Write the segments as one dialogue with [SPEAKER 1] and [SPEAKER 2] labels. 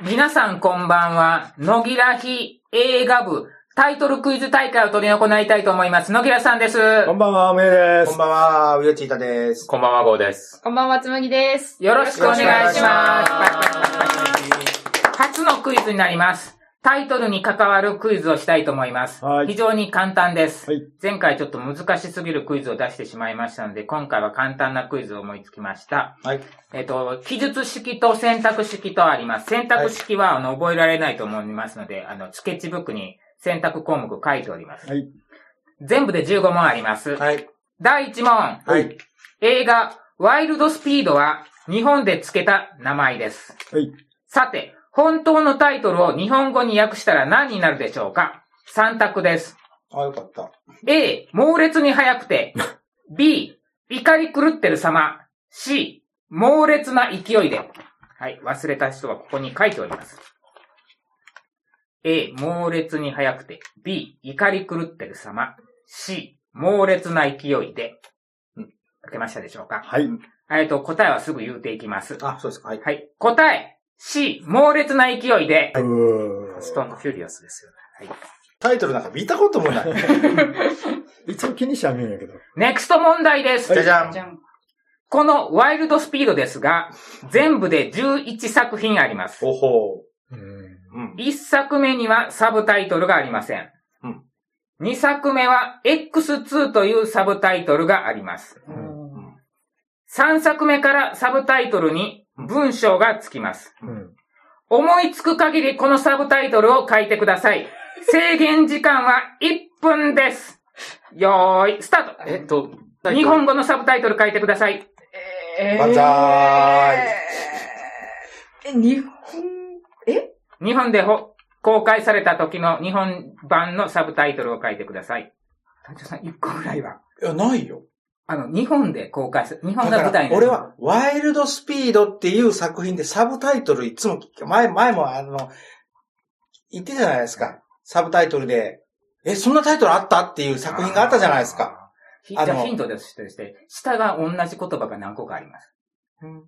[SPEAKER 1] 皆さんこんばんは。野木らひ映画部タイトルクイズ大会を取り行いたいと思います。野木らさんです。
[SPEAKER 2] こんばんは、おめえで
[SPEAKER 3] こ
[SPEAKER 2] す
[SPEAKER 3] ん。ばんは、ウヨチータです。
[SPEAKER 4] こんばんは、ゴーです。
[SPEAKER 5] こんばんは、つむぎです。
[SPEAKER 1] よろしくお願いします。
[SPEAKER 3] す。
[SPEAKER 1] 初のクイズになります。タイトルに関わるクイズをしたいと思います。
[SPEAKER 2] はい
[SPEAKER 1] 非常に簡単です、
[SPEAKER 2] はい
[SPEAKER 1] 前回ちょっと難しすぎるクイズを出してしまいましたので、今回は簡単なクイズを思いつきました。
[SPEAKER 3] はい。
[SPEAKER 1] えっ、と、記述式と選択式とあります。選択式は、あの覚えられないと思いますので、あのスケッチブックに選択項目書いております。
[SPEAKER 2] はい
[SPEAKER 1] 全部で15問あります。
[SPEAKER 3] はい。
[SPEAKER 1] 第1問、
[SPEAKER 3] はい。
[SPEAKER 1] 映画、ワイルドスピードは日本で付けた名前です。
[SPEAKER 2] はい。
[SPEAKER 1] さて、本当のタイトルを日本語に訳したら何になるでしょうか ?3 択です。
[SPEAKER 3] あ、よかった。
[SPEAKER 1] A、猛烈に速くて。B、怒り狂ってる様。C、猛烈な勢いで。はい、忘れた人はここに書いております。A、猛烈に速くて。B、怒り狂ってる様。C、猛烈な勢いで。書けましたでしょうか
[SPEAKER 2] はい。
[SPEAKER 1] えっと、答えはすぐ言うていきます。
[SPEAKER 3] あ、そうですか。はい。
[SPEAKER 1] はい。答え、C、猛烈な勢いで。
[SPEAKER 2] う
[SPEAKER 1] ストーン
[SPEAKER 2] ー
[SPEAKER 1] とフューリアスですよね。はい。
[SPEAKER 3] タイトルなんか見たこともな
[SPEAKER 2] ん。
[SPEAKER 3] い。
[SPEAKER 2] いつも気にしちゃねえんやけど。
[SPEAKER 1] ネクスト問題です。
[SPEAKER 3] じゃじゃ
[SPEAKER 5] じ
[SPEAKER 3] ん。
[SPEAKER 5] ゃん。
[SPEAKER 1] このワイルドスピードですが、全部で11作品あります。
[SPEAKER 3] おほ
[SPEAKER 2] うん。
[SPEAKER 3] う。うん。
[SPEAKER 1] 1作目にはサブタイトルがありません
[SPEAKER 3] うん。
[SPEAKER 1] 2作目は X2 というサブタイトルがあります。3作目からサブタイトルに文章がつきます。
[SPEAKER 2] うん。
[SPEAKER 1] 思いつく限りこのサブタイトルを書いてください。制限時間は1分です。よーい、スタ
[SPEAKER 4] え
[SPEAKER 1] ー
[SPEAKER 4] っと、
[SPEAKER 1] ト。日本語のサブタイトル書いてください。
[SPEAKER 5] え
[SPEAKER 3] 万歳
[SPEAKER 5] え、日本、え
[SPEAKER 1] 日本でほ公開された時の日本版のサブタイトルを書いてください。団長さん、一個ぐらいは。
[SPEAKER 3] いや、ないよ。
[SPEAKER 1] あの、日本で公開する。日
[SPEAKER 3] だ
[SPEAKER 1] 本が舞
[SPEAKER 3] か
[SPEAKER 1] 台
[SPEAKER 3] ら
[SPEAKER 1] に、な
[SPEAKER 3] 俺
[SPEAKER 1] る
[SPEAKER 3] は、ワイルドスピードっていう作品でサブタイトルいつも聞く、前、前もあの、言ってたじゃないですか。サブタイトルで、え、そんなタイトルあったっていう作品があったじゃないですか。
[SPEAKER 1] ひ。じゃ
[SPEAKER 3] あの
[SPEAKER 1] あヒントですとして、下が同じ言葉が何個かあります。
[SPEAKER 3] うん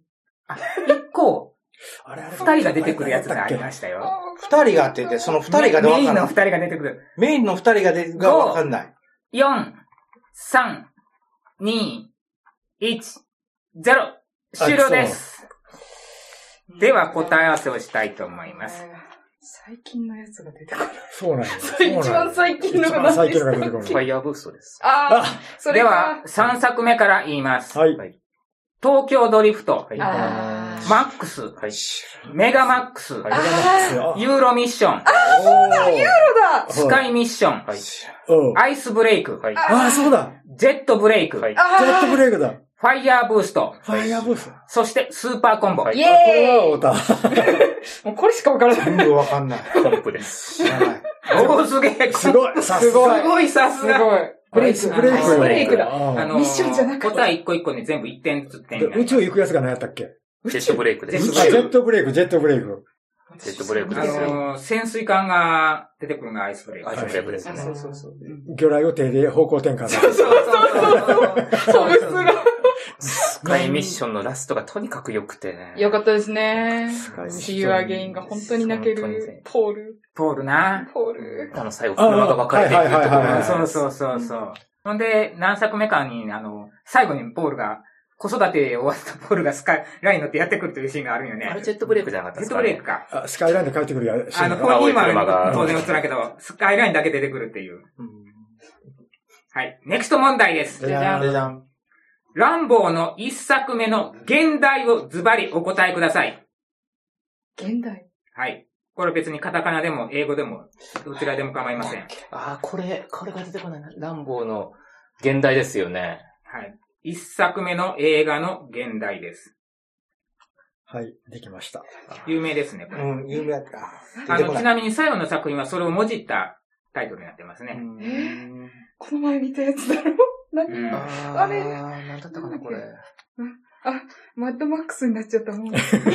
[SPEAKER 1] あ、一個、
[SPEAKER 2] あれあれ
[SPEAKER 1] 二人が出てくるやつがありましたよ。
[SPEAKER 3] 二人があってて、その二人がでわ
[SPEAKER 1] メイ
[SPEAKER 3] か
[SPEAKER 1] ン
[SPEAKER 3] んな
[SPEAKER 1] の
[SPEAKER 3] い
[SPEAKER 1] 二。人が出てくる。
[SPEAKER 3] メインの二人がで、がわかんない。
[SPEAKER 1] 4、3、2、1、0。終了です。では答え合わせをしたいと思います。
[SPEAKER 5] 最近のやつが出てこない。
[SPEAKER 2] そうなんや。
[SPEAKER 5] 一番最近の
[SPEAKER 2] 一
[SPEAKER 5] が
[SPEAKER 2] 番
[SPEAKER 5] 何
[SPEAKER 2] 最
[SPEAKER 5] でし
[SPEAKER 2] 近
[SPEAKER 5] た
[SPEAKER 2] のが出てこ
[SPEAKER 4] フ
[SPEAKER 2] な
[SPEAKER 4] ァ
[SPEAKER 2] い。
[SPEAKER 4] イヤーブーストです。
[SPEAKER 5] あ
[SPEAKER 2] あ、
[SPEAKER 5] ー、それ
[SPEAKER 1] で
[SPEAKER 5] か
[SPEAKER 1] は、。3作目から言います。
[SPEAKER 2] はい。
[SPEAKER 1] 東京ドリフト、
[SPEAKER 4] はい
[SPEAKER 5] あー
[SPEAKER 1] マックス、
[SPEAKER 4] はい。
[SPEAKER 1] メガマックス、
[SPEAKER 4] はい
[SPEAKER 2] あ
[SPEAKER 1] ユーロミッション、
[SPEAKER 2] おー
[SPEAKER 5] そう
[SPEAKER 1] スカイミッション、
[SPEAKER 4] はい。
[SPEAKER 2] うん。
[SPEAKER 1] アイスブレイク、
[SPEAKER 4] はい。
[SPEAKER 2] ああ、そうだ。
[SPEAKER 1] ジェットブレイク、
[SPEAKER 4] は
[SPEAKER 1] フ
[SPEAKER 4] い
[SPEAKER 5] だ。
[SPEAKER 2] ジェットブ
[SPEAKER 5] あ
[SPEAKER 2] レイクだ。
[SPEAKER 1] ァイヤーブースト、
[SPEAKER 2] ファイヤーブース。あ
[SPEAKER 1] そしてスーパーコンボ
[SPEAKER 4] は。
[SPEAKER 5] ー、
[SPEAKER 4] い
[SPEAKER 5] イ
[SPEAKER 2] これは
[SPEAKER 5] エー
[SPEAKER 2] オタ。
[SPEAKER 5] イもうこれしかわからない。
[SPEAKER 3] 全部わかんない。
[SPEAKER 4] コンプ です。
[SPEAKER 3] 知らない。
[SPEAKER 1] おお、すげえ。
[SPEAKER 2] すごい。さ
[SPEAKER 1] す
[SPEAKER 2] す
[SPEAKER 1] ごい。
[SPEAKER 2] が。
[SPEAKER 1] すごい、さ
[SPEAKER 5] す
[SPEAKER 1] す
[SPEAKER 5] ごい
[SPEAKER 1] が。。
[SPEAKER 2] ブレイク、ブレイク。
[SPEAKER 5] ブレイクだ
[SPEAKER 2] あー
[SPEAKER 1] あのー
[SPEAKER 5] ミッションじゃなかった
[SPEAKER 1] 答え一個一個に全部1点ずつ点
[SPEAKER 2] で
[SPEAKER 1] になり
[SPEAKER 2] 宇
[SPEAKER 1] ます
[SPEAKER 2] 宙行くやつが何やったっけ
[SPEAKER 4] ジェットブレイクで
[SPEAKER 2] あジ
[SPEAKER 4] す。
[SPEAKER 1] 宇宙
[SPEAKER 2] ェットブレイク、ジェットブレイク。
[SPEAKER 4] ジェットブレイク
[SPEAKER 1] あ
[SPEAKER 4] ですよ。
[SPEAKER 1] のー、潜水艦が出てくるのがアイスブレイク。
[SPEAKER 4] アイスブレイクです
[SPEAKER 5] あ
[SPEAKER 4] ね。
[SPEAKER 5] そうそうそう。
[SPEAKER 2] 魚雷を手で方向転換する。
[SPEAKER 1] そうそう
[SPEAKER 5] そうブスが。
[SPEAKER 4] スカイミッションのラストがとにかく良くてね。
[SPEAKER 5] よかったですね。
[SPEAKER 2] カイミッション
[SPEAKER 5] See you again が本当に泣け
[SPEAKER 4] 本当にね
[SPEAKER 5] る。ポール、
[SPEAKER 1] ポールな。
[SPEAKER 5] ポール。
[SPEAKER 4] あの、最後、車が分かれていくところ
[SPEAKER 2] あーはいはいはいはい
[SPEAKER 1] そうそうそうそう。ほんで、何作目かに、あの、最後にポールが、子育て終わったポールがスカイラインに乗ってやってくるというシーンがあるんよね。
[SPEAKER 4] あれジェットブレイクじゃなかっ
[SPEAKER 1] ヘ
[SPEAKER 4] たで
[SPEAKER 1] ッ
[SPEAKER 4] す
[SPEAKER 1] ド
[SPEAKER 4] か
[SPEAKER 1] ブ
[SPEAKER 4] ね
[SPEAKER 1] レイクか。
[SPEAKER 2] あ、スカイラインで帰ってくるやつ。
[SPEAKER 1] あの、こ
[SPEAKER 4] が
[SPEAKER 1] こに今
[SPEAKER 4] 青い車が
[SPEAKER 1] 当然映らんけど、スカイラインだけ出てくるっていう。はい。ネクスト問題です。
[SPEAKER 2] じゃじゃん
[SPEAKER 3] じゃじゃん。
[SPEAKER 1] ランボーの一作目の現代をズバリお答えください。
[SPEAKER 5] 現代。
[SPEAKER 1] はい。これ別にカタカナでも英語でも、どちらでも構いません。
[SPEAKER 4] ああ、これ、これが出てこないな。ランボーの現代ですよね。
[SPEAKER 1] はい。一作目の映画の現代です。
[SPEAKER 2] はい、できました。
[SPEAKER 1] 有名ですね、これ。
[SPEAKER 3] うん、有名だった。
[SPEAKER 1] あ
[SPEAKER 3] 出てこ
[SPEAKER 1] の、ち
[SPEAKER 3] ない
[SPEAKER 1] なみに最後の作品はそれをもじったタイトルになってます
[SPEAKER 3] う
[SPEAKER 1] ね。
[SPEAKER 3] ん
[SPEAKER 5] この前見たやつだろ
[SPEAKER 1] う
[SPEAKER 5] 何
[SPEAKER 1] ん。
[SPEAKER 4] あ
[SPEAKER 5] あれ
[SPEAKER 4] なんだったかな、これ。
[SPEAKER 5] マッドマックスになっちゃったもん。わからない。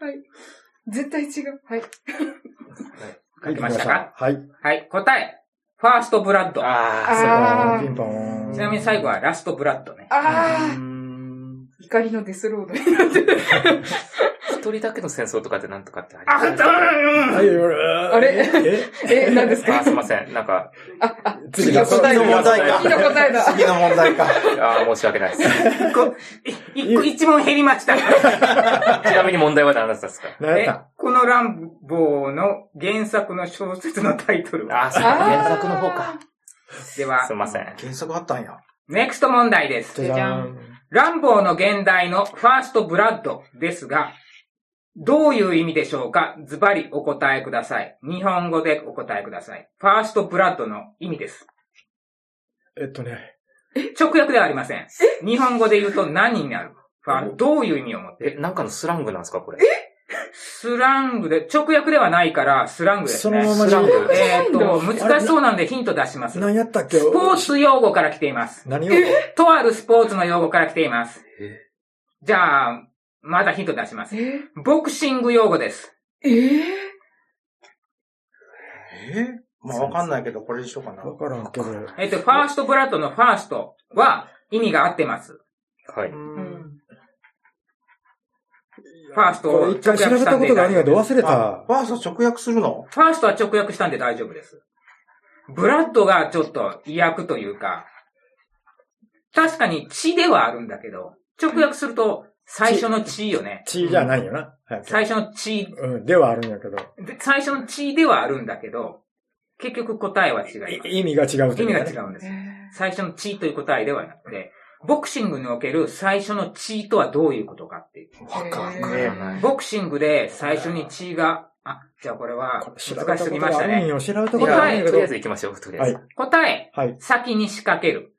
[SPEAKER 5] はい。絶対違う。はい。
[SPEAKER 2] は
[SPEAKER 1] 書き
[SPEAKER 2] い、でき
[SPEAKER 1] ま
[SPEAKER 2] ま
[SPEAKER 1] し
[SPEAKER 2] したた
[SPEAKER 1] か。
[SPEAKER 2] はい。
[SPEAKER 1] はい。答え。ファーストブラッド。
[SPEAKER 4] ああ、
[SPEAKER 5] あー
[SPEAKER 2] ピンポーン。
[SPEAKER 1] ちなみに最後はラストブラッドね。
[SPEAKER 5] ああ、
[SPEAKER 3] うん
[SPEAKER 5] 怒りのデスロード になってる。
[SPEAKER 4] 一人だけの戦争とかってなんとかってあり
[SPEAKER 1] あ、
[SPEAKER 4] ます
[SPEAKER 1] うん
[SPEAKER 2] はい、あ
[SPEAKER 5] れ
[SPEAKER 2] え
[SPEAKER 5] え、何ですか
[SPEAKER 4] あ、すいません。なんか、
[SPEAKER 5] あ、あ、
[SPEAKER 2] 次が
[SPEAKER 3] 次の問題か。
[SPEAKER 5] 次の答えだ
[SPEAKER 3] 次の問題か。
[SPEAKER 4] あ申し訳ないです。
[SPEAKER 1] んこい一個一問減りました。
[SPEAKER 4] ちなみに問題は何だったんですか
[SPEAKER 2] 何
[SPEAKER 1] え
[SPEAKER 2] やっ
[SPEAKER 1] この乱暴の原作の小説のタイトルは
[SPEAKER 4] あ、そうか、
[SPEAKER 5] あー
[SPEAKER 4] 原作の方か。
[SPEAKER 1] では
[SPEAKER 4] すい、ません。
[SPEAKER 3] 原則あったんや。
[SPEAKER 1] ネクスト問題で
[SPEAKER 2] た
[SPEAKER 1] す
[SPEAKER 2] じ。ゃじゃん。
[SPEAKER 1] 乱暴の現代のファーストブラッドですが、どういう意味でしょうかズバリお答えください。日本語でお答えください。ファーストブラッドの意味です。
[SPEAKER 2] えっとね、
[SPEAKER 1] 直訳ではありません。日本語で言うと何になるファーどういう意味を持って
[SPEAKER 4] え、なんかのスラングなんですかこれ。
[SPEAKER 1] スラングで、直訳ではないから、スラングです
[SPEAKER 2] その
[SPEAKER 1] ね。
[SPEAKER 2] まま
[SPEAKER 4] スラング。
[SPEAKER 1] えっ、と、難しそうなんでヒント出します。ス
[SPEAKER 2] 何やったっけス
[SPEAKER 1] ポーツ用語から来ています。
[SPEAKER 2] 何を
[SPEAKER 1] とあるスポーツの用語から来ています
[SPEAKER 4] え。
[SPEAKER 1] じゃあ、まだヒント出します。
[SPEAKER 5] え
[SPEAKER 1] ボクシング用語です。
[SPEAKER 5] えー
[SPEAKER 3] えーまあわかんないけど、これにしようかな。
[SPEAKER 2] わからんけど。
[SPEAKER 1] えっと、ファーストブラッドのファーストは意味が合ってます。
[SPEAKER 4] はい。
[SPEAKER 5] ん
[SPEAKER 1] ファースト
[SPEAKER 2] こ
[SPEAKER 1] を
[SPEAKER 2] れ一回調べたことがあるんやけど忘れ
[SPEAKER 3] あ
[SPEAKER 2] た。
[SPEAKER 3] ファースト直訳するの
[SPEAKER 1] ファーストは直訳したんで大丈夫です。ブラッドがちょっと意訳というか、確かに血ではあるんだけど、直訳すると最初の血よね。
[SPEAKER 2] 血じゃないよな。はい
[SPEAKER 1] 最初の血、
[SPEAKER 2] うん、ではあるんやけど。
[SPEAKER 1] で最初の血ではあるんだけど、結局答えは違います。
[SPEAKER 2] い意味が違うと
[SPEAKER 1] 意
[SPEAKER 2] い
[SPEAKER 1] 味が
[SPEAKER 2] うね
[SPEAKER 1] 違うんです
[SPEAKER 5] え。ー
[SPEAKER 1] 最初の地という答えではなくて、ボクシングにおける最初の地とはどういうことかっていう。
[SPEAKER 3] わかんね
[SPEAKER 5] えー
[SPEAKER 4] ない。
[SPEAKER 1] ボクシングで最初に地が、あ、じゃあこれは
[SPEAKER 2] これ調べ
[SPEAKER 1] 難
[SPEAKER 2] た
[SPEAKER 1] し
[SPEAKER 2] こ
[SPEAKER 1] すぎ
[SPEAKER 2] と
[SPEAKER 1] まし
[SPEAKER 2] があ
[SPEAKER 1] た
[SPEAKER 2] るん
[SPEAKER 1] ね。
[SPEAKER 2] よ。調べたことがあ
[SPEAKER 4] は
[SPEAKER 2] るん
[SPEAKER 4] い、
[SPEAKER 2] やけ
[SPEAKER 4] とりあえ
[SPEAKER 2] ど。
[SPEAKER 4] ず行きましょう。とりあえず。
[SPEAKER 1] 答え、
[SPEAKER 2] はい。
[SPEAKER 1] 先に仕掛ける。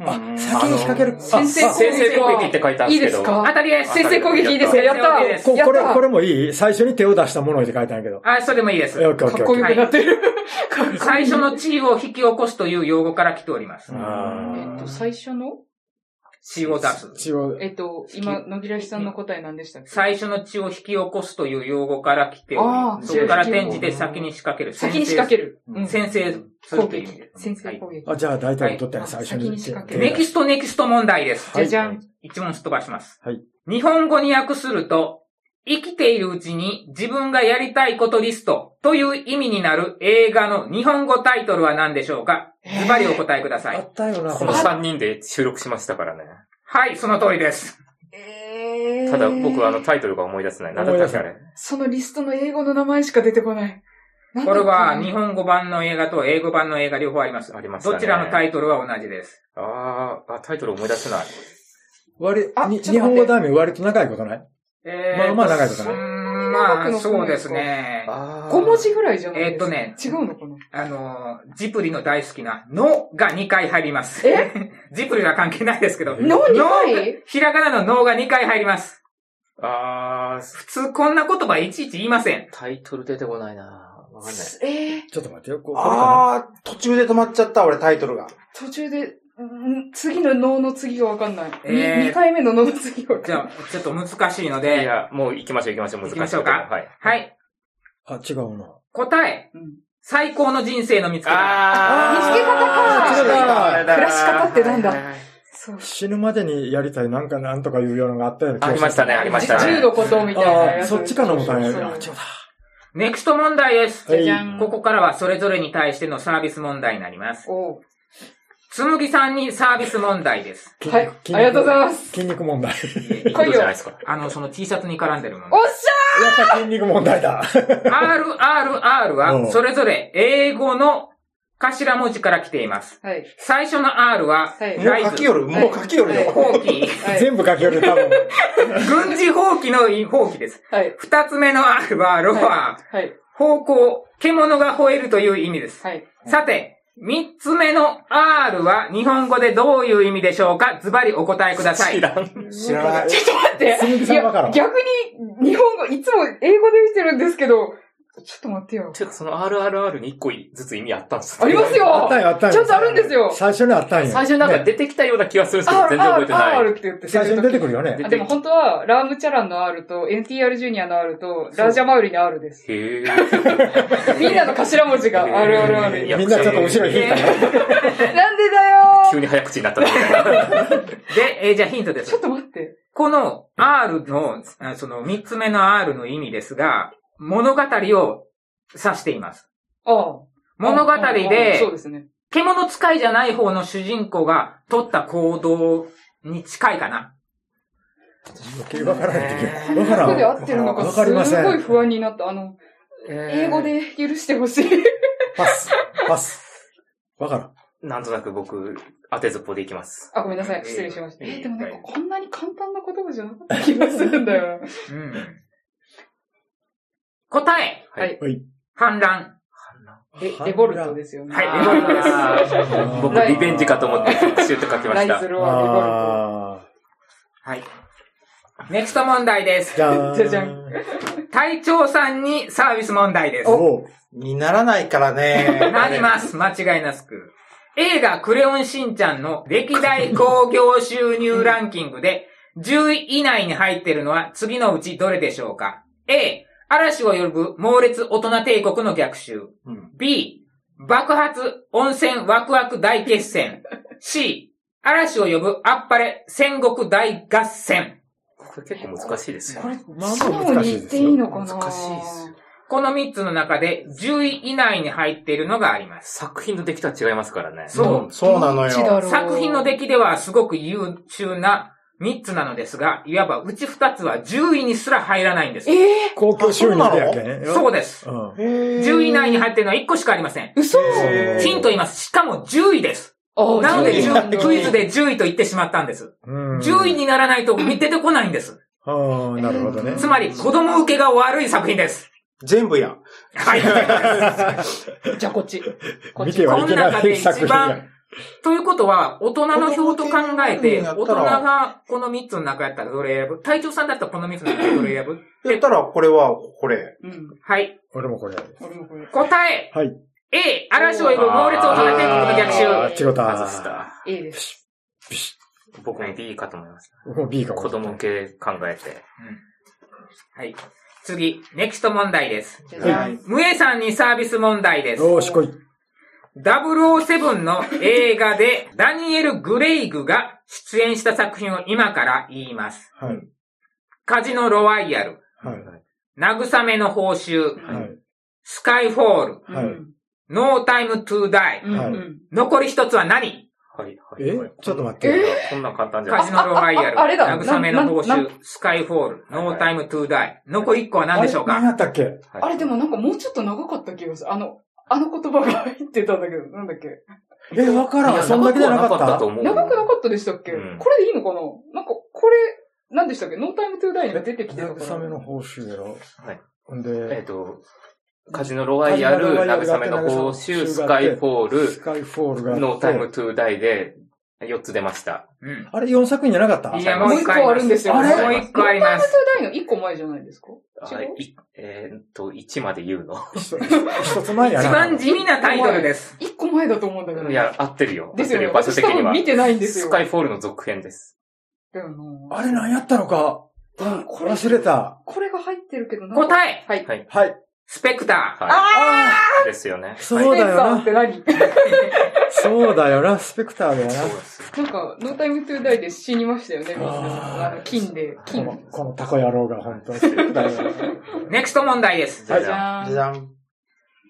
[SPEAKER 2] あ
[SPEAKER 3] う、ん
[SPEAKER 2] 先に仕掛ける。あ
[SPEAKER 5] 先制
[SPEAKER 2] あ
[SPEAKER 5] 攻撃
[SPEAKER 4] 先制攻撃って書いたんですけど。
[SPEAKER 5] いいですか
[SPEAKER 1] 当たりです。
[SPEAKER 5] 先制攻撃いいですよ。やった
[SPEAKER 1] 先制 OK です
[SPEAKER 2] こ
[SPEAKER 5] やった
[SPEAKER 2] これ、これもいい最初に手を出したものって書いてあるんやけど。
[SPEAKER 1] あ、それでもいいです
[SPEAKER 2] え。オッケーオ
[SPEAKER 5] か
[SPEAKER 2] ッケー
[SPEAKER 5] っ
[SPEAKER 2] オ
[SPEAKER 5] こ
[SPEAKER 2] ッケ
[SPEAKER 5] よ
[SPEAKER 2] ー。
[SPEAKER 5] くなってる。かっこいい
[SPEAKER 1] 最初の地を引き起こすという用語から来ております
[SPEAKER 3] う。ん
[SPEAKER 2] あ
[SPEAKER 5] えっと、最初の
[SPEAKER 1] 血を出す。
[SPEAKER 2] 一応、
[SPEAKER 5] えっと、今、野木らしさんの答え何でしたっけ
[SPEAKER 1] 最初の血を引き起こすという用語から来ており
[SPEAKER 5] あ
[SPEAKER 1] ま
[SPEAKER 5] ー
[SPEAKER 1] す。そこから転じて先に仕掛ける。
[SPEAKER 5] 先に仕掛け
[SPEAKER 1] る。
[SPEAKER 5] る。
[SPEAKER 3] うん
[SPEAKER 5] うん
[SPEAKER 1] 先制す
[SPEAKER 5] 攻
[SPEAKER 1] るという意味
[SPEAKER 5] 撃
[SPEAKER 1] で。。
[SPEAKER 5] 先制攻撃。
[SPEAKER 2] あ、じゃあ大体取ったよ
[SPEAKER 5] はい
[SPEAKER 2] 最初
[SPEAKER 5] 先
[SPEAKER 2] に
[SPEAKER 5] に仕掛け
[SPEAKER 2] 手を
[SPEAKER 5] る
[SPEAKER 1] ネ
[SPEAKER 2] 出
[SPEAKER 1] キ
[SPEAKER 2] し
[SPEAKER 1] ストネキスト問題です。
[SPEAKER 5] じゃじゃん。
[SPEAKER 1] 一問すっ飛ばします。
[SPEAKER 2] はい
[SPEAKER 1] 日本語に訳すると、生きているうちに自分がやりたいことリストという意味になる映画の日本語タイトルは何でしょうかズバリお答えくださ
[SPEAKER 2] た。あ
[SPEAKER 1] い。
[SPEAKER 2] ったよな、
[SPEAKER 4] この3人で収録しましたからね。
[SPEAKER 1] はい、その通りです。
[SPEAKER 5] えー
[SPEAKER 4] ただ僕あの、タイトルが思い出せない。何だったっけあれ。
[SPEAKER 5] そのリストの英語の名前しか出てこない。なんだ
[SPEAKER 1] これ
[SPEAKER 5] っけな
[SPEAKER 1] は日本語版の映画と英語版の映画両方あります。
[SPEAKER 4] ありましたね
[SPEAKER 1] どちらのタイトルは同じです。
[SPEAKER 4] あーあ、タイトル思い出せない。
[SPEAKER 2] 割り
[SPEAKER 5] あ
[SPEAKER 2] に
[SPEAKER 5] ちょっと待って
[SPEAKER 2] 日本語ダメ割と長いことない
[SPEAKER 1] え
[SPEAKER 2] まあまあ長いことね
[SPEAKER 1] うーんまあ、そうですね。
[SPEAKER 4] あ
[SPEAKER 5] 5文字ぐらいじゃない
[SPEAKER 1] え
[SPEAKER 5] で
[SPEAKER 1] っ
[SPEAKER 5] す
[SPEAKER 1] と
[SPEAKER 5] か。
[SPEAKER 1] ね、
[SPEAKER 5] 違うのかな
[SPEAKER 1] あの、ジプリの大好きな、のが2回入ります。
[SPEAKER 5] え
[SPEAKER 1] ジプリは関係ないですけど。
[SPEAKER 5] の2回
[SPEAKER 1] のひらがなののが2回入ります。
[SPEAKER 4] あー
[SPEAKER 1] 普通こんな言葉いちいち言いません。
[SPEAKER 4] タイトル出てこないなわかんない。
[SPEAKER 5] えー、
[SPEAKER 2] ちょっと待ってよ。こうこれか
[SPEAKER 3] あー、途中で止まっちゃった、俺タイトルが。
[SPEAKER 5] 途中で、ん次の脳の次がわかんない。
[SPEAKER 1] え
[SPEAKER 5] に二
[SPEAKER 1] ー
[SPEAKER 5] 2回目の脳の次がわ
[SPEAKER 1] じ
[SPEAKER 5] かん
[SPEAKER 1] ゃ
[SPEAKER 5] ない。
[SPEAKER 1] あ、ちょっと難しいの
[SPEAKER 4] い
[SPEAKER 1] で、
[SPEAKER 4] や、もう行きましょう行きましょう。難しい
[SPEAKER 1] 行きましょうか
[SPEAKER 4] はい。
[SPEAKER 1] はい。
[SPEAKER 2] なあ、違うな。
[SPEAKER 1] 答え、
[SPEAKER 5] うん
[SPEAKER 1] 最高の人生の見つけ方。
[SPEAKER 5] ー見
[SPEAKER 4] あ
[SPEAKER 5] つけ方か
[SPEAKER 2] そっちだな
[SPEAKER 5] 暮らし方ってなんだそう。
[SPEAKER 2] 死ぬまでにやりたいなんかなんとかいうようなのがあったような気
[SPEAKER 4] あ
[SPEAKER 2] が
[SPEAKER 4] りましたね、ありました
[SPEAKER 5] 10
[SPEAKER 4] ね。
[SPEAKER 5] のことみたいな
[SPEAKER 2] あ
[SPEAKER 5] や
[SPEAKER 2] あ、
[SPEAKER 5] つ。
[SPEAKER 2] そっちかな思ったね。あ、違
[SPEAKER 5] そう
[SPEAKER 2] だ。
[SPEAKER 1] ネクスト問題です。
[SPEAKER 2] はい
[SPEAKER 5] じゃじゃん
[SPEAKER 1] ここからはそれぞれに対してのサービス問題になります。
[SPEAKER 5] おう
[SPEAKER 1] つむぎさんにサービス問題です。
[SPEAKER 2] 筋
[SPEAKER 5] はい。ありがとうございます。
[SPEAKER 2] 筋肉問題。
[SPEAKER 4] いいことじゃないですか。
[SPEAKER 1] あの、その T シャツに絡んでるもの
[SPEAKER 5] お。っし
[SPEAKER 2] やっぱ筋肉問題だ。
[SPEAKER 1] RRR
[SPEAKER 2] う
[SPEAKER 1] は、
[SPEAKER 2] ん
[SPEAKER 1] それぞれ英語の頭文字から来ています。
[SPEAKER 5] ゃーはい。
[SPEAKER 1] 最初の R は、
[SPEAKER 5] はい
[SPEAKER 3] も
[SPEAKER 1] ライ
[SPEAKER 3] う書きよ
[SPEAKER 1] ズ、
[SPEAKER 3] る、もう書きよる
[SPEAKER 5] はい
[SPEAKER 3] よ。
[SPEAKER 1] 放棄、
[SPEAKER 5] はい。
[SPEAKER 2] 全部書き寄る多分。
[SPEAKER 1] 軍事放棄の放棄です。
[SPEAKER 5] はい。
[SPEAKER 1] 二つ目の R は、ロア、
[SPEAKER 5] はい。
[SPEAKER 1] 方向、獣が吠えるという意味です。
[SPEAKER 5] はい。
[SPEAKER 1] さて、三つ目の R は、日本語でどういう意味でしょうかズバリお答えください。
[SPEAKER 4] 知らん。
[SPEAKER 3] 知らない。
[SPEAKER 5] ちょっと待って。
[SPEAKER 2] 鈴木さんわからん
[SPEAKER 5] いや逆に、日本語、いつも英語で見てるんですけど、ちょっと待ってよ。
[SPEAKER 4] てか、その RRR に一個ずつ意味あったんです
[SPEAKER 5] ありますよ
[SPEAKER 2] あったんよ、あったんよ。
[SPEAKER 5] ちゃんとあるんですよ
[SPEAKER 2] 最初にあったんよ。
[SPEAKER 4] 最初になんか
[SPEAKER 2] ね
[SPEAKER 4] 出てきたような気がするんです
[SPEAKER 5] R、
[SPEAKER 4] けど、全然覚えて
[SPEAKER 5] R、
[SPEAKER 4] な
[SPEAKER 5] R
[SPEAKER 4] い。
[SPEAKER 5] って言って
[SPEAKER 2] 最初に出てくる
[SPEAKER 5] よ。
[SPEAKER 2] よね。
[SPEAKER 5] あでも本当は、ラームチャランの R と、NTR ジュニアの R と、ラージャマウリの R です。
[SPEAKER 4] へ
[SPEAKER 5] みんなの頭文字が RRR
[SPEAKER 4] い
[SPEAKER 5] に。
[SPEAKER 4] や
[SPEAKER 2] みんなちょっと後ろ引いたね。
[SPEAKER 5] なんで
[SPEAKER 4] ー
[SPEAKER 5] だ
[SPEAKER 4] 急
[SPEAKER 5] よ
[SPEAKER 4] に早口になったみたいな。
[SPEAKER 1] で、えーじゃあヒントで
[SPEAKER 5] ーちょ
[SPEAKER 1] す
[SPEAKER 5] っ。と待って。
[SPEAKER 1] この R の、あその三つ目の R の意味ですが、物語を指しています。
[SPEAKER 5] ああ。
[SPEAKER 1] 物語
[SPEAKER 5] うんうんそう
[SPEAKER 1] で、
[SPEAKER 5] ですね。
[SPEAKER 1] 獣使いじゃない方の主人公が取った行動に近いかな。
[SPEAKER 2] 余計わからないけど。わからん。
[SPEAKER 5] ここで合ってるのか、
[SPEAKER 2] わ
[SPEAKER 5] す
[SPEAKER 2] かりませ
[SPEAKER 5] ごい
[SPEAKER 2] ん。
[SPEAKER 5] 不安になった。あの、英語で許してほしい。
[SPEAKER 2] パス。パス。わからん。
[SPEAKER 4] なんとなく僕、当てずっぽでいきます。
[SPEAKER 5] あ、ごめんなさい。失礼しました。
[SPEAKER 1] え
[SPEAKER 5] え
[SPEAKER 1] ー
[SPEAKER 5] でもなんかこんなに簡単な言葉じゃなかった気がするん だよな。
[SPEAKER 1] うん。答え、
[SPEAKER 5] はい。
[SPEAKER 2] はい。
[SPEAKER 1] 反乱。
[SPEAKER 5] え、レボルトですよね。
[SPEAKER 1] はい
[SPEAKER 5] あー
[SPEAKER 1] レボルトです
[SPEAKER 4] あー僕、リベンジかと思って、シュッと書きま
[SPEAKER 5] ラ
[SPEAKER 4] し
[SPEAKER 5] イ
[SPEAKER 4] た
[SPEAKER 5] ズ。ルは
[SPEAKER 2] あ
[SPEAKER 1] はい。ネクスト問題で
[SPEAKER 2] ー。
[SPEAKER 1] す
[SPEAKER 2] じ。ゃーん。
[SPEAKER 5] じゃじゃ
[SPEAKER 1] 隊長さんにサービス問題です。
[SPEAKER 2] おう
[SPEAKER 3] にならないからね。
[SPEAKER 1] なります。間違いなく。映画クレヨンしんちゃんの歴代興行収入ランキングで10位以内に入っているのは次のうちどれでしょうか ?A、嵐を呼ぶ猛烈大人帝国の逆襲。
[SPEAKER 3] うん
[SPEAKER 1] B、爆発温泉ワクワク大決戦。レイ C、嵐を呼ぶあっぱれ戦国大合戦。
[SPEAKER 4] これ結構難しいですよ。
[SPEAKER 5] レボルト。
[SPEAKER 2] まあ
[SPEAKER 5] 素
[SPEAKER 2] まあ
[SPEAKER 5] 直
[SPEAKER 2] 難
[SPEAKER 5] に
[SPEAKER 2] しい
[SPEAKER 5] 言っ
[SPEAKER 2] で
[SPEAKER 5] て
[SPEAKER 2] す
[SPEAKER 5] いいの
[SPEAKER 2] よ。
[SPEAKER 5] かな
[SPEAKER 4] 難しいですよ
[SPEAKER 1] この3つの中で10位以内に入っているのがあります。
[SPEAKER 4] 作品の出来とは違いますからね。
[SPEAKER 1] そう。
[SPEAKER 3] そうなの
[SPEAKER 5] どっちだ
[SPEAKER 3] よ。
[SPEAKER 5] ろう
[SPEAKER 1] 作品の出来ではすごく優秀な3つなのですが、いわばうち2つは10位にすら入らないんです
[SPEAKER 5] え。え
[SPEAKER 2] 公共収入でやけね。
[SPEAKER 1] そうです。
[SPEAKER 2] うん。
[SPEAKER 3] へー
[SPEAKER 1] 10位以内に入ってるのは1個しかありません。
[SPEAKER 5] 嘘
[SPEAKER 2] へー
[SPEAKER 1] ヒント言います。しかも10位です。
[SPEAKER 5] あ
[SPEAKER 1] なので
[SPEAKER 5] 10なんだ
[SPEAKER 1] 10クイズで10位と言ってしまったんです。
[SPEAKER 2] うん
[SPEAKER 1] 10位にならないと出てこないんです。
[SPEAKER 2] ああ、なるほどね。
[SPEAKER 1] つまり、子供受けが悪い作品です。
[SPEAKER 3] 全部やん。
[SPEAKER 1] はい。
[SPEAKER 5] じゃあこっち。こ っ
[SPEAKER 2] 見
[SPEAKER 5] ち
[SPEAKER 2] て。はいけない作品
[SPEAKER 1] この中
[SPEAKER 2] が
[SPEAKER 1] で。ということは、大人の表と考えて、大人がこの3つの中やったらどれ選ぶ隊長さんだったらこの3つの中でどれ選ぶ
[SPEAKER 3] 言ったら、これは、これ。
[SPEAKER 5] うん。
[SPEAKER 1] はい。
[SPEAKER 2] 俺もこれ。
[SPEAKER 5] 俺もこれ。
[SPEAKER 1] 答え
[SPEAKER 2] はい。
[SPEAKER 1] !A! 嵐を呼ぶ猛烈大人帝国の逆
[SPEAKER 2] あ
[SPEAKER 1] 襲
[SPEAKER 2] ー、違っ
[SPEAKER 4] 外
[SPEAKER 2] た。
[SPEAKER 4] した。
[SPEAKER 5] いいです。
[SPEAKER 4] 僕も B かと思いました。
[SPEAKER 2] もう B かも。
[SPEAKER 4] 子供系考えて。
[SPEAKER 1] はい。次、ネクスト問題です。
[SPEAKER 5] じゃじゃ
[SPEAKER 2] は
[SPEAKER 5] ん。
[SPEAKER 1] ムエさんにサービス問題です。
[SPEAKER 2] おー、しこい。
[SPEAKER 1] 007の映画でダニエル・グレイグが出演した作品を今から言います。
[SPEAKER 2] はい。
[SPEAKER 1] カジノ・ロワイヤル、
[SPEAKER 2] はい。
[SPEAKER 1] 慰めの報酬、
[SPEAKER 2] はい。
[SPEAKER 1] スカイフォール、
[SPEAKER 5] う
[SPEAKER 2] はい
[SPEAKER 5] ん。
[SPEAKER 1] ノータイム・トゥ・ダイ
[SPEAKER 5] う。ん
[SPEAKER 2] はい
[SPEAKER 5] うん
[SPEAKER 1] 残り一つは何
[SPEAKER 4] はい、はい。
[SPEAKER 2] え
[SPEAKER 4] はい
[SPEAKER 2] ちょっと待っ
[SPEAKER 4] いや
[SPEAKER 2] て。
[SPEAKER 4] こんなん簡単じゃな
[SPEAKER 1] カ
[SPEAKER 4] い
[SPEAKER 1] ジノ・ロワイヤル、
[SPEAKER 5] あああれだ
[SPEAKER 1] 慰めの報
[SPEAKER 5] なな
[SPEAKER 1] 酬、スカイフォール、ノータイム・トゥ・ダイ。残り一個は何でしょう
[SPEAKER 2] あれ何
[SPEAKER 1] か
[SPEAKER 2] やったっけ
[SPEAKER 5] あれでも、なんかもうちょっと長かった気がする。あの、あの言葉が入ってたんだけど、なんだっけ。
[SPEAKER 2] え、わか
[SPEAKER 4] い
[SPEAKER 2] ら
[SPEAKER 4] や
[SPEAKER 2] ん。そんだけじゃなかった
[SPEAKER 4] と。思う。
[SPEAKER 5] 長くなかったでしたっけ、
[SPEAKER 4] うん
[SPEAKER 5] これでいいのかななんかこれ、なんでしたっけノータイムトゥーダイに出てきてたから。
[SPEAKER 2] 慰めの報酬やろ。
[SPEAKER 4] はい。
[SPEAKER 2] ほん
[SPEAKER 4] えっ
[SPEAKER 2] で、
[SPEAKER 4] と、カジノロワイヤル、慰めの報酬、スカイフォ
[SPEAKER 2] ス
[SPEAKER 4] ー
[SPEAKER 2] カイフォールがあって。
[SPEAKER 4] ル、ノータイムトゥーダイで、4つ出ました。
[SPEAKER 1] うん。
[SPEAKER 2] あれ4作品じゃなかった
[SPEAKER 1] いや、
[SPEAKER 4] も
[SPEAKER 1] も
[SPEAKER 4] う
[SPEAKER 1] う
[SPEAKER 5] 一
[SPEAKER 1] 一
[SPEAKER 5] 個
[SPEAKER 1] 個
[SPEAKER 5] あ
[SPEAKER 1] あ
[SPEAKER 5] る
[SPEAKER 1] る
[SPEAKER 5] ん
[SPEAKER 1] ん
[SPEAKER 5] で
[SPEAKER 1] ですす
[SPEAKER 5] よ
[SPEAKER 1] よ。
[SPEAKER 5] ね
[SPEAKER 1] もう一個ありま
[SPEAKER 5] ノー
[SPEAKER 1] す。
[SPEAKER 5] タイムトゥーダイの1個前じゃないですか
[SPEAKER 4] あ
[SPEAKER 5] 違う
[SPEAKER 4] いえーっと、1まで言うの。
[SPEAKER 2] 一一つ前や
[SPEAKER 1] 一
[SPEAKER 2] な。
[SPEAKER 1] 番地味なタイトルです。
[SPEAKER 5] ?1 個前だと思うんだけど。
[SPEAKER 4] いや、合ってるよ。合
[SPEAKER 5] で
[SPEAKER 4] っ
[SPEAKER 5] す
[SPEAKER 4] て
[SPEAKER 5] よ
[SPEAKER 4] る
[SPEAKER 5] ね。
[SPEAKER 4] よ、場所
[SPEAKER 5] 私
[SPEAKER 4] 的
[SPEAKER 5] 多
[SPEAKER 4] に
[SPEAKER 5] 分
[SPEAKER 4] は。
[SPEAKER 5] 見てないんですよ。
[SPEAKER 4] スカイフォールの続編です。
[SPEAKER 5] だよな
[SPEAKER 2] あれ何やったのか。うん
[SPEAKER 5] これ
[SPEAKER 2] 忘れた。
[SPEAKER 5] これが入ってるけどなんか
[SPEAKER 1] 答え、
[SPEAKER 5] はい。
[SPEAKER 4] はい。
[SPEAKER 2] はい。
[SPEAKER 1] スペクター。
[SPEAKER 4] は
[SPEAKER 2] あ
[SPEAKER 4] い。ですよね。
[SPEAKER 2] あそうだよな。
[SPEAKER 5] スペンサーって
[SPEAKER 2] そうだよな。スペクターだよ
[SPEAKER 4] そう
[SPEAKER 2] な。
[SPEAKER 4] です。
[SPEAKER 5] 何なんか、ノータイムトゥーダイで死にましたよね、みんな。あの、金で、
[SPEAKER 2] こ
[SPEAKER 5] 金。
[SPEAKER 2] の、このタコ野郎が本当にスペクターだよな。
[SPEAKER 1] ネクスト問題です。
[SPEAKER 4] じゃあ
[SPEAKER 2] はい
[SPEAKER 4] じゃあ
[SPEAKER 5] じ
[SPEAKER 3] じゃじ
[SPEAKER 5] ゃ
[SPEAKER 3] ゃん。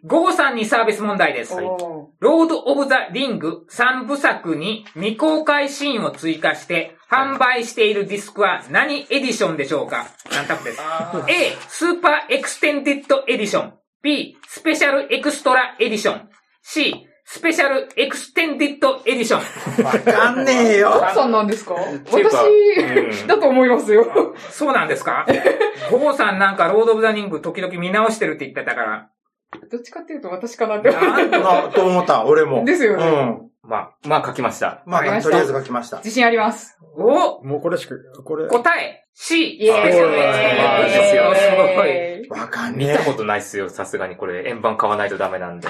[SPEAKER 1] ゴーさんにサービス問題です
[SPEAKER 5] ー。ん。おー
[SPEAKER 1] ロード・オブ・ザ・リング3部作に未公開シーンを追加して販売しているディスクは何エディションでしょうか何択です。A、スーパーエクステンデッドエディション。B、スペシャルエクストラエディション。C、スペシャルエクステンデッドエディ ション。
[SPEAKER 3] わかんねえよ。
[SPEAKER 5] 奥さんなんですか
[SPEAKER 4] ていうかう
[SPEAKER 5] 私、
[SPEAKER 4] ん
[SPEAKER 5] だと思いますよ。
[SPEAKER 1] そうなんですかゴーさんなんかロード・オブ・ザ・リング時々見直してるって言ってたから。
[SPEAKER 5] どっちかっていうと私かなって思う。
[SPEAKER 1] なんと
[SPEAKER 3] な、と思った、俺も。
[SPEAKER 5] ですよね
[SPEAKER 3] う
[SPEAKER 4] まあ、まあ書きました。
[SPEAKER 3] ん。ま
[SPEAKER 5] わかりま
[SPEAKER 3] あ、
[SPEAKER 5] した
[SPEAKER 3] とりあえず書きました。
[SPEAKER 5] 自信あります。
[SPEAKER 1] お
[SPEAKER 2] もうこれしか、これ。
[SPEAKER 1] 答え C、ス
[SPEAKER 5] イエ
[SPEAKER 1] ペシャルエクステンデッドエディション。
[SPEAKER 4] ー
[SPEAKER 1] おすごい。
[SPEAKER 5] ーイ
[SPEAKER 3] わあかん
[SPEAKER 4] 見
[SPEAKER 3] ね
[SPEAKER 4] た。ことないっすよ、さすがに。これ、円盤買わないとダメなんで。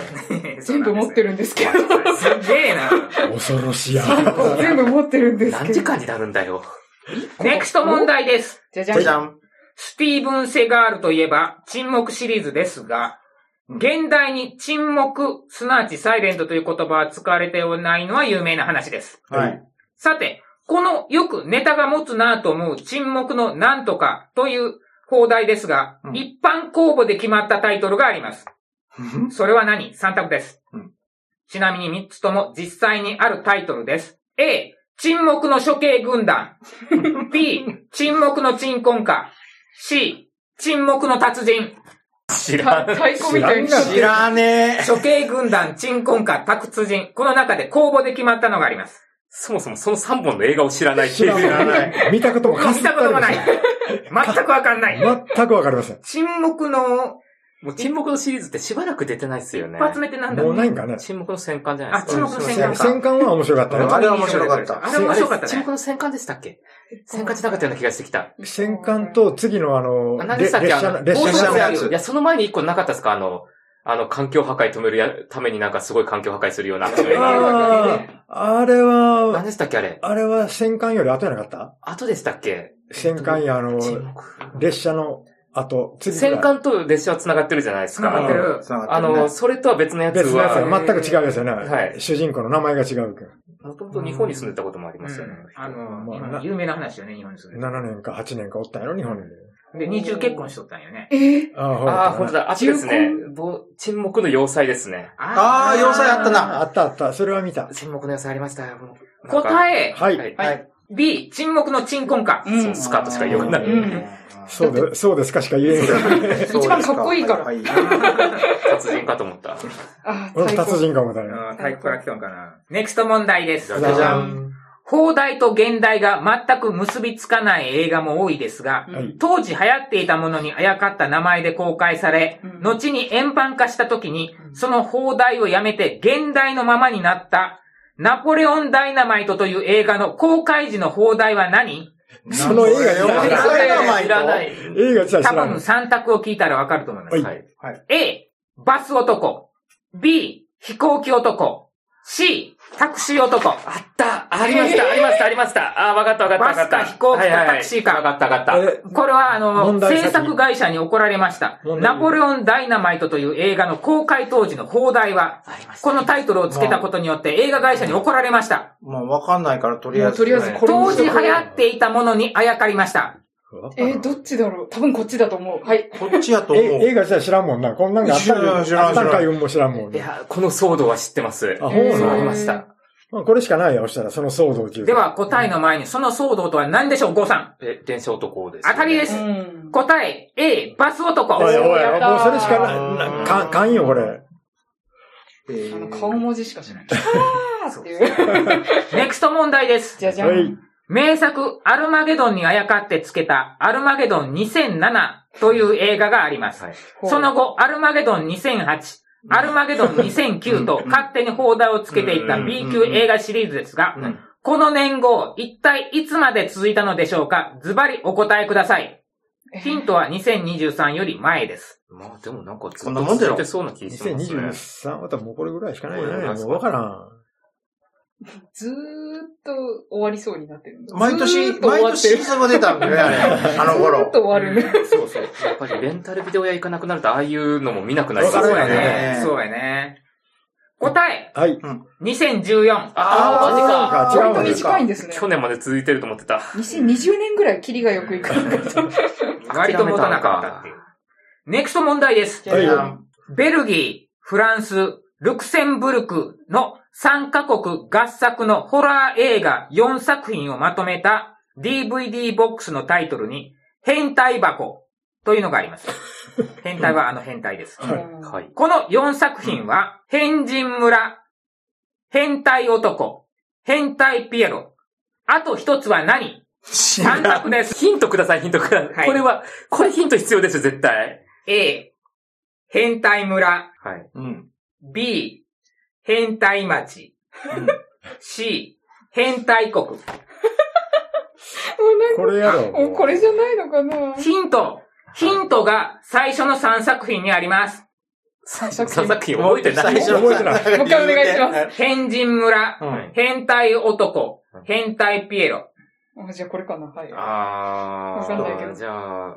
[SPEAKER 5] 全部持って
[SPEAKER 1] る。
[SPEAKER 5] るんですけど。
[SPEAKER 1] すげ えな。
[SPEAKER 2] 恐ろしいや。
[SPEAKER 5] 全部持ってるんですけど。
[SPEAKER 4] 何時間になるんだよ。
[SPEAKER 1] ネクスト問題です。
[SPEAKER 5] じゃじ
[SPEAKER 3] じゃ
[SPEAKER 5] ゃ
[SPEAKER 3] じ
[SPEAKER 5] ん。
[SPEAKER 3] ゃん。
[SPEAKER 1] スティーブン・セガールといえば、沈黙シリーズですが、現代に沈黙、すなわちサイレントという言葉は使われておないのは有名な話です。
[SPEAKER 3] はい。
[SPEAKER 1] さて、このよくネタが持つなぁと思う沈黙のなんとかという放題ですが、
[SPEAKER 3] うん
[SPEAKER 1] 一般公募で決まったタイトルがあります。それは何 ?3 択です、
[SPEAKER 3] うん
[SPEAKER 1] ちなみに3つとも実際にあるタイトルです。A、沈黙の処刑軍団。B、沈黙の鎮魂歌。C、沈黙の達人。
[SPEAKER 4] 知ら
[SPEAKER 5] た
[SPEAKER 4] ん。
[SPEAKER 5] 太鼓みたいに
[SPEAKER 3] 知らねえ。
[SPEAKER 1] 処刑軍団、鎮魂歌、達人。この中で公募で決まったのがあります。
[SPEAKER 4] そもそもその3本の映画を知らないって
[SPEAKER 2] 知
[SPEAKER 4] い
[SPEAKER 2] ら
[SPEAKER 4] う。
[SPEAKER 2] ない。見たこともか
[SPEAKER 1] 見
[SPEAKER 2] すったて
[SPEAKER 1] こ
[SPEAKER 2] あ
[SPEAKER 1] と
[SPEAKER 2] り
[SPEAKER 1] も
[SPEAKER 2] ま
[SPEAKER 1] な
[SPEAKER 2] せ
[SPEAKER 1] い
[SPEAKER 2] ん。。
[SPEAKER 1] 全くわかんない。
[SPEAKER 2] 全くわかりません。
[SPEAKER 1] 沈黙の
[SPEAKER 4] もう沈黙のシリーズってしばらく出てないっすよね
[SPEAKER 1] 一。発目ってなんだ
[SPEAKER 2] もうないん
[SPEAKER 1] か。
[SPEAKER 2] かね。
[SPEAKER 4] 沈黙の戦艦じゃない
[SPEAKER 1] あ、
[SPEAKER 4] です
[SPEAKER 1] 沈
[SPEAKER 4] か。
[SPEAKER 1] 黙の戦艦
[SPEAKER 2] 戦
[SPEAKER 1] か。
[SPEAKER 2] 艦は面白かった
[SPEAKER 3] あ
[SPEAKER 2] よ。
[SPEAKER 3] れは面白かった
[SPEAKER 1] あれ面白かっ
[SPEAKER 4] あれ
[SPEAKER 1] た
[SPEAKER 4] 沈
[SPEAKER 1] ね
[SPEAKER 4] 黙。の戦艦でしたっけ戦艦じゃなかったような気がしてきた。
[SPEAKER 2] 戦艦と次のあの、
[SPEAKER 4] あ何
[SPEAKER 2] れ
[SPEAKER 4] でしたっけ
[SPEAKER 2] 列車
[SPEAKER 4] あ
[SPEAKER 2] の、
[SPEAKER 4] の
[SPEAKER 2] 列車
[SPEAKER 3] 冒頭
[SPEAKER 2] の
[SPEAKER 3] の
[SPEAKER 2] や
[SPEAKER 3] や
[SPEAKER 2] つ。
[SPEAKER 3] つ
[SPEAKER 4] いや、。その前に一個なかったですかあの、あの、環境破壊止めるやためになんかすごい環境破壊するようなアクション映画。
[SPEAKER 2] ああ、あれ
[SPEAKER 4] 何
[SPEAKER 2] は、
[SPEAKER 4] でしたっけあれ。
[SPEAKER 2] あれは戦艦より後じゃなかった
[SPEAKER 4] 後でしたっけ
[SPEAKER 2] 戦艦やあの、
[SPEAKER 4] 沈黙。
[SPEAKER 2] 列車の後、次ぐらい
[SPEAKER 4] 戦艦と列車は繋がってるじゃないです
[SPEAKER 1] 繋がって
[SPEAKER 4] か。
[SPEAKER 1] る。
[SPEAKER 3] 繋が
[SPEAKER 4] あ
[SPEAKER 3] ってるね
[SPEAKER 4] の、それとは別のやつ
[SPEAKER 2] 別のやつ
[SPEAKER 4] は、
[SPEAKER 2] は全く違うやつよね。
[SPEAKER 4] はい
[SPEAKER 2] 主人公の名前が違うけど。
[SPEAKER 4] もともと日本に住んでたこともありますよね。
[SPEAKER 1] あの、
[SPEAKER 2] まあ
[SPEAKER 1] 今
[SPEAKER 2] な
[SPEAKER 1] 有名な話よね、日本にする。
[SPEAKER 2] 7年か8年かおったんやろ、日本に。
[SPEAKER 1] で、二重結婚しとったんよね。
[SPEAKER 5] えー
[SPEAKER 2] ああ、ほ
[SPEAKER 4] ああ、ほんと
[SPEAKER 2] ら。
[SPEAKER 4] だ。あとですね、ぼ沈黙の要塞ですね。
[SPEAKER 3] ああ、要塞あったな。
[SPEAKER 2] あったあった。それは見た。
[SPEAKER 4] 沈黙の要塞ありましたよ。え
[SPEAKER 1] 答え、
[SPEAKER 2] はい。
[SPEAKER 4] はい。
[SPEAKER 3] は
[SPEAKER 4] はいい。
[SPEAKER 1] B、沈黙の鎮魂歌。
[SPEAKER 5] うん。
[SPEAKER 4] スカートしか言わない。
[SPEAKER 5] うん
[SPEAKER 2] そうで、そうですかしか言えんけど。
[SPEAKER 5] 一番かっこいいから
[SPEAKER 3] はい。
[SPEAKER 4] 達人かと思った。
[SPEAKER 5] あー、
[SPEAKER 2] 俺
[SPEAKER 5] 太
[SPEAKER 2] 達
[SPEAKER 5] 鼓。
[SPEAKER 2] 人かもだね。
[SPEAKER 1] あー体育から来たんかな。ネクスト問題です
[SPEAKER 4] じ。
[SPEAKER 2] じゃじゃん。
[SPEAKER 1] 放題と現代が全く結びつかない映画も多いですが、
[SPEAKER 2] はい
[SPEAKER 1] 当時流行っていたものにあやかった名前で公開され、
[SPEAKER 5] うん
[SPEAKER 1] 後に円盤化した時に、その放題をやめて現代のままになった、ナポレオンダイナマイトという映画の公開時の放題は何
[SPEAKER 2] その映画よ
[SPEAKER 3] ナポレオンダイ
[SPEAKER 4] 知
[SPEAKER 3] ナ
[SPEAKER 4] ら
[SPEAKER 3] マ
[SPEAKER 4] な
[SPEAKER 3] イ
[SPEAKER 4] い。
[SPEAKER 2] 映画自体
[SPEAKER 1] 多
[SPEAKER 2] 知ら
[SPEAKER 1] 分
[SPEAKER 2] ん。
[SPEAKER 1] 3択を聞いたらわかると思います。
[SPEAKER 2] はい
[SPEAKER 4] はい。
[SPEAKER 1] A、バス男。B、飛行機男。C、タクシー男。
[SPEAKER 4] あったありましたありましたありましたあー、わかったわかったわかった。
[SPEAKER 1] バスか飛行機か
[SPEAKER 4] はいはいはい
[SPEAKER 1] タクシーか
[SPEAKER 4] わかったわかった。
[SPEAKER 2] え
[SPEAKER 1] これは、あの
[SPEAKER 2] 問、題先
[SPEAKER 1] 制作会社に怒られました。
[SPEAKER 2] 問題
[SPEAKER 1] ナポレオン・ダイナマイトという映画の公開当時の放題は、
[SPEAKER 4] ありました。
[SPEAKER 1] このタイトルを付けたことによって映画会社に怒られました。
[SPEAKER 3] まあ、わかんないから、とりあえ
[SPEAKER 5] もう
[SPEAKER 3] ず。
[SPEAKER 5] とりあえずこれ
[SPEAKER 1] 当時流行っていたものにあやかりました。
[SPEAKER 5] えー、どっちだろう多分こっちだと思う。はい。
[SPEAKER 3] こっちやと
[SPEAKER 2] え
[SPEAKER 3] 思う。
[SPEAKER 2] 映画自体知らんもんな。こんなんがあった
[SPEAKER 3] 知らん知らん
[SPEAKER 2] あったんかいうんも知らんもん
[SPEAKER 4] い
[SPEAKER 2] ね。
[SPEAKER 4] や、この騒動は知ってます。
[SPEAKER 2] あ、ほ
[SPEAKER 5] え
[SPEAKER 2] う
[SPEAKER 5] ー
[SPEAKER 4] そうあ
[SPEAKER 2] な
[SPEAKER 4] り
[SPEAKER 2] の
[SPEAKER 4] ました。
[SPEAKER 2] まあこれしかないよ、そしたら、その騒動中。
[SPEAKER 1] では、答えの前に、その騒動とは何でしょう、ゴーさん。
[SPEAKER 4] え、電車男です。
[SPEAKER 1] 当たりで
[SPEAKER 5] う
[SPEAKER 1] す
[SPEAKER 5] ん。
[SPEAKER 1] 答え、A、バス男。
[SPEAKER 2] おいおい、
[SPEAKER 5] やったー
[SPEAKER 2] もうそれしかないな。か、かんよ、これ。
[SPEAKER 3] え
[SPEAKER 5] あの、
[SPEAKER 3] ー
[SPEAKER 5] 顔文字しかしない。あーっていう。
[SPEAKER 1] ネクスト問題です。
[SPEAKER 5] じゃじゃ
[SPEAKER 2] は
[SPEAKER 5] ん。
[SPEAKER 2] い。
[SPEAKER 1] 名作、アルマゲドンにあやかって付けた、アルマゲドン2007という映画があります。
[SPEAKER 4] はい。
[SPEAKER 1] その後、アルマゲドン2008、アルマゲドン2009と勝手に放題をつけていた
[SPEAKER 4] うん
[SPEAKER 1] B 級映画シリーズですが、
[SPEAKER 4] うん
[SPEAKER 1] この年号、一体いつまで続いたのでしょうかズバリお答えください。ヒントは2023より前です。
[SPEAKER 4] まあでもなんかず
[SPEAKER 3] こ
[SPEAKER 4] っ
[SPEAKER 3] んな
[SPEAKER 4] と
[SPEAKER 3] もんだ
[SPEAKER 4] 続
[SPEAKER 3] ろ
[SPEAKER 4] いてそうな気がしますね。
[SPEAKER 2] 2023またもうこれぐらいしかないよ
[SPEAKER 4] これぐ
[SPEAKER 2] ね。
[SPEAKER 4] ら
[SPEAKER 2] も
[SPEAKER 4] いです
[SPEAKER 2] う
[SPEAKER 4] か
[SPEAKER 2] わからん。
[SPEAKER 5] ずーっと終わりそうになってる。
[SPEAKER 3] 毎
[SPEAKER 5] ずー
[SPEAKER 3] 年、
[SPEAKER 5] っと終わ
[SPEAKER 3] 毎
[SPEAKER 5] って
[SPEAKER 3] 年
[SPEAKER 5] る
[SPEAKER 3] 新作が出たんだよね、 あれあの
[SPEAKER 5] ずーっ
[SPEAKER 3] 頃
[SPEAKER 5] と。終わるね。
[SPEAKER 4] そうそう。やっぱりレンタルビデオ屋行かなくなると、ああいうのも見なくなりま
[SPEAKER 2] そ
[SPEAKER 4] す
[SPEAKER 2] うだね
[SPEAKER 4] よね。
[SPEAKER 1] そうやね。答え、
[SPEAKER 2] はい。
[SPEAKER 1] 2014。
[SPEAKER 4] ああ、マジか。
[SPEAKER 2] あーそうか違うも
[SPEAKER 5] 割と
[SPEAKER 2] んね
[SPEAKER 5] 短いんですね。
[SPEAKER 4] 去年まで続いてると思ってた。
[SPEAKER 5] 2020年ぐらいキリがよくいく。
[SPEAKER 1] 割と持たなかったっていう。ネクスト問題です。
[SPEAKER 2] はい
[SPEAKER 1] ベルギー、フランス、ルクセンブルクの3カ国合作のホラー映画4作品をまとめた DVD ボックスのタイトルに、変態箱というのがあります。変態はあの変態です。
[SPEAKER 5] は
[SPEAKER 4] はい。
[SPEAKER 1] この4作品は、変人村、変態男、変態ピエロ、あと一つは何 ?3 択です。
[SPEAKER 4] ヒントください、ヒントくだ
[SPEAKER 1] は
[SPEAKER 4] さ
[SPEAKER 1] い
[SPEAKER 4] い。これは、これヒント必要ですよ、絶対。
[SPEAKER 1] A、変態村、
[SPEAKER 4] はい。
[SPEAKER 3] うん。
[SPEAKER 1] B、変態町。C、変態国。
[SPEAKER 5] い。
[SPEAKER 2] これやろ。
[SPEAKER 5] もうこれじゃないのかな
[SPEAKER 1] ヒントヒントが最初の3作品にあります。
[SPEAKER 5] 最初
[SPEAKER 4] 3作品覚えてな
[SPEAKER 3] 最
[SPEAKER 4] い
[SPEAKER 3] 初
[SPEAKER 2] 覚えてない
[SPEAKER 5] もう一回お願いします
[SPEAKER 3] す。
[SPEAKER 1] 変人村、
[SPEAKER 3] うん
[SPEAKER 1] 変態男、変態ピエロ。
[SPEAKER 5] あじゃあこれかな、はい。
[SPEAKER 4] あ
[SPEAKER 5] わかんないけど
[SPEAKER 4] ー、じゃあ、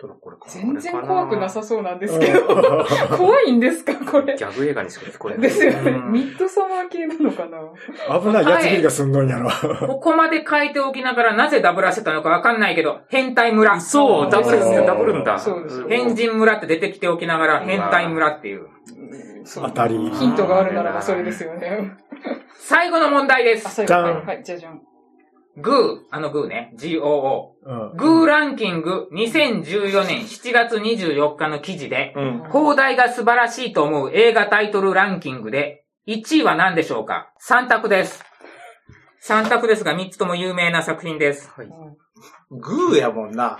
[SPEAKER 4] どれこれか
[SPEAKER 5] 全然怖くなさそうなんです
[SPEAKER 2] う
[SPEAKER 5] けど。
[SPEAKER 2] ん
[SPEAKER 5] 怖いんですか、これ
[SPEAKER 4] ギ。ャグ映画にしか聞こえない。
[SPEAKER 5] ですよね
[SPEAKER 1] う。ん
[SPEAKER 5] ミッドサマー系なのかな
[SPEAKER 2] 危ないやつ切りがすんどいんやろ。
[SPEAKER 1] ここまで書いておきながらなぜダブらせたのかわかんないけど、変態村。
[SPEAKER 4] そう、ダブルです
[SPEAKER 2] う
[SPEAKER 4] よ、
[SPEAKER 2] ん
[SPEAKER 4] ダブルんだ。
[SPEAKER 5] そうですよ
[SPEAKER 1] 変人村って出てきておきながら変態村っていう。
[SPEAKER 5] そう
[SPEAKER 2] 当たり。
[SPEAKER 5] ヒントがあるならばそれですよね。
[SPEAKER 1] 最後の問題で
[SPEAKER 5] あ、
[SPEAKER 1] す。
[SPEAKER 5] そういう
[SPEAKER 2] じ
[SPEAKER 5] こ
[SPEAKER 2] ゃん
[SPEAKER 5] とはい、じゃじゃん。
[SPEAKER 1] グー、あのグーね、GOO。
[SPEAKER 2] うん
[SPEAKER 1] グーランキング2014年7月24日の記事で、
[SPEAKER 3] うん。
[SPEAKER 1] 放題が素晴らしいと思う映画タイトルランキングで、1位は何でしょうか ?3 択です。3択ですが3つとも有名な作品です。
[SPEAKER 3] グーやもんな。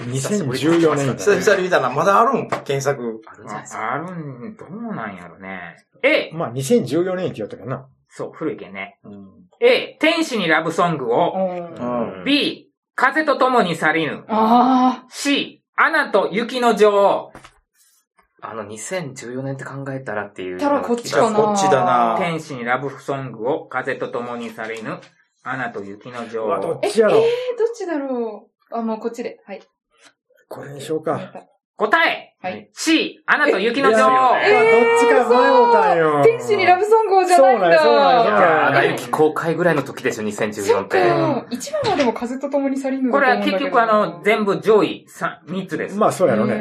[SPEAKER 2] 2014年
[SPEAKER 3] 久々に見たな。まだあるん検索。
[SPEAKER 4] あるんじゃないですか。
[SPEAKER 1] ああるん、どうなんやろね。A、
[SPEAKER 2] まあ、2014年って言ったかな。
[SPEAKER 1] そう、古いけんね。
[SPEAKER 3] うん。
[SPEAKER 1] A、天使にラブソングを。
[SPEAKER 5] うんあ
[SPEAKER 3] うん。
[SPEAKER 1] B、風と共に去りぬ。
[SPEAKER 5] あ
[SPEAKER 1] C、アナと雪の女王。
[SPEAKER 4] あの、2014年って考えたらっていう。
[SPEAKER 5] たらこっちかな。
[SPEAKER 3] こっちだな
[SPEAKER 1] 天使にラブソングを。風と共に去りぬ。アナと雪の女
[SPEAKER 2] まあ、どっ
[SPEAKER 1] 王。
[SPEAKER 2] ちやろ。
[SPEAKER 5] えーどっちだろうあ、もうこっちで。はい。
[SPEAKER 2] これにしようか。
[SPEAKER 1] 答え
[SPEAKER 5] は。
[SPEAKER 4] はい
[SPEAKER 1] !C、アナと雪の
[SPEAKER 2] いや
[SPEAKER 1] 女王。
[SPEAKER 2] まあどっちか迷うたんよ。
[SPEAKER 5] 天使にラブソングをじゃないんだ。
[SPEAKER 2] そうなんやそうなん
[SPEAKER 4] い
[SPEAKER 2] や
[SPEAKER 4] やー、アナ雪公開ぐらいの時ですよ、
[SPEAKER 5] そ
[SPEAKER 4] 2014
[SPEAKER 5] っ
[SPEAKER 4] って。うん
[SPEAKER 5] か。一番はでも風と共に去りぬだ
[SPEAKER 1] ことれ
[SPEAKER 5] 思うん
[SPEAKER 1] は
[SPEAKER 5] だけ
[SPEAKER 1] 結
[SPEAKER 5] ど
[SPEAKER 1] 局あの、全部上位 3, つです。
[SPEAKER 2] まあ、そうやろね。
[SPEAKER 5] へ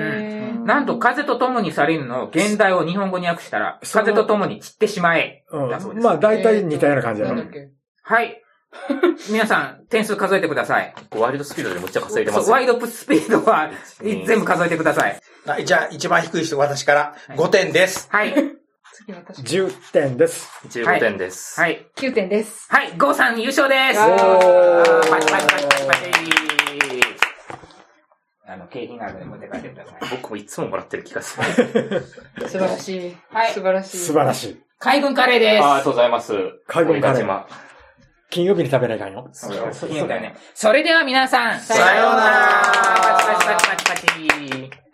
[SPEAKER 5] ー
[SPEAKER 1] なんと、風と共に去りぬの現代を日本語に訳したら、
[SPEAKER 2] その
[SPEAKER 1] 風と共に散ってしまえ。だそう
[SPEAKER 2] う
[SPEAKER 1] で
[SPEAKER 2] ん。
[SPEAKER 1] す
[SPEAKER 2] まあ、大体似たような感じや
[SPEAKER 5] な
[SPEAKER 2] ろ
[SPEAKER 5] んだ。っけ
[SPEAKER 1] はい。皆さん、点数数えてください。
[SPEAKER 4] ワイルドスピードでめっちゃ稼いでます
[SPEAKER 1] そう
[SPEAKER 4] よ。
[SPEAKER 1] ワイドスピードは全部数えてください。
[SPEAKER 3] はいじゃあ、一番低い人、私から。5点です。
[SPEAKER 1] はい。
[SPEAKER 5] 次私。
[SPEAKER 2] 10点です。
[SPEAKER 4] 15点です。。
[SPEAKER 1] はいい。
[SPEAKER 5] 9点です。
[SPEAKER 1] はい、ゴーさん優勝です
[SPEAKER 5] わー
[SPEAKER 1] あーパチパチパチパチパチあの、景品があるので持って帰ってください。
[SPEAKER 4] 僕もいつももらってる気がする。
[SPEAKER 5] 素晴らしい。
[SPEAKER 1] はい
[SPEAKER 5] 素晴らしい。
[SPEAKER 2] 素晴らしい。
[SPEAKER 1] 海軍カレーで
[SPEAKER 4] あーありがとうございます。
[SPEAKER 2] 海軍カレー
[SPEAKER 4] 鬼ヶ島
[SPEAKER 2] 金曜日に食べないかんよ。
[SPEAKER 4] そう
[SPEAKER 1] す。いいよね。それでは皆さん、さ
[SPEAKER 3] ようなら
[SPEAKER 1] パチパチパチパチパチ。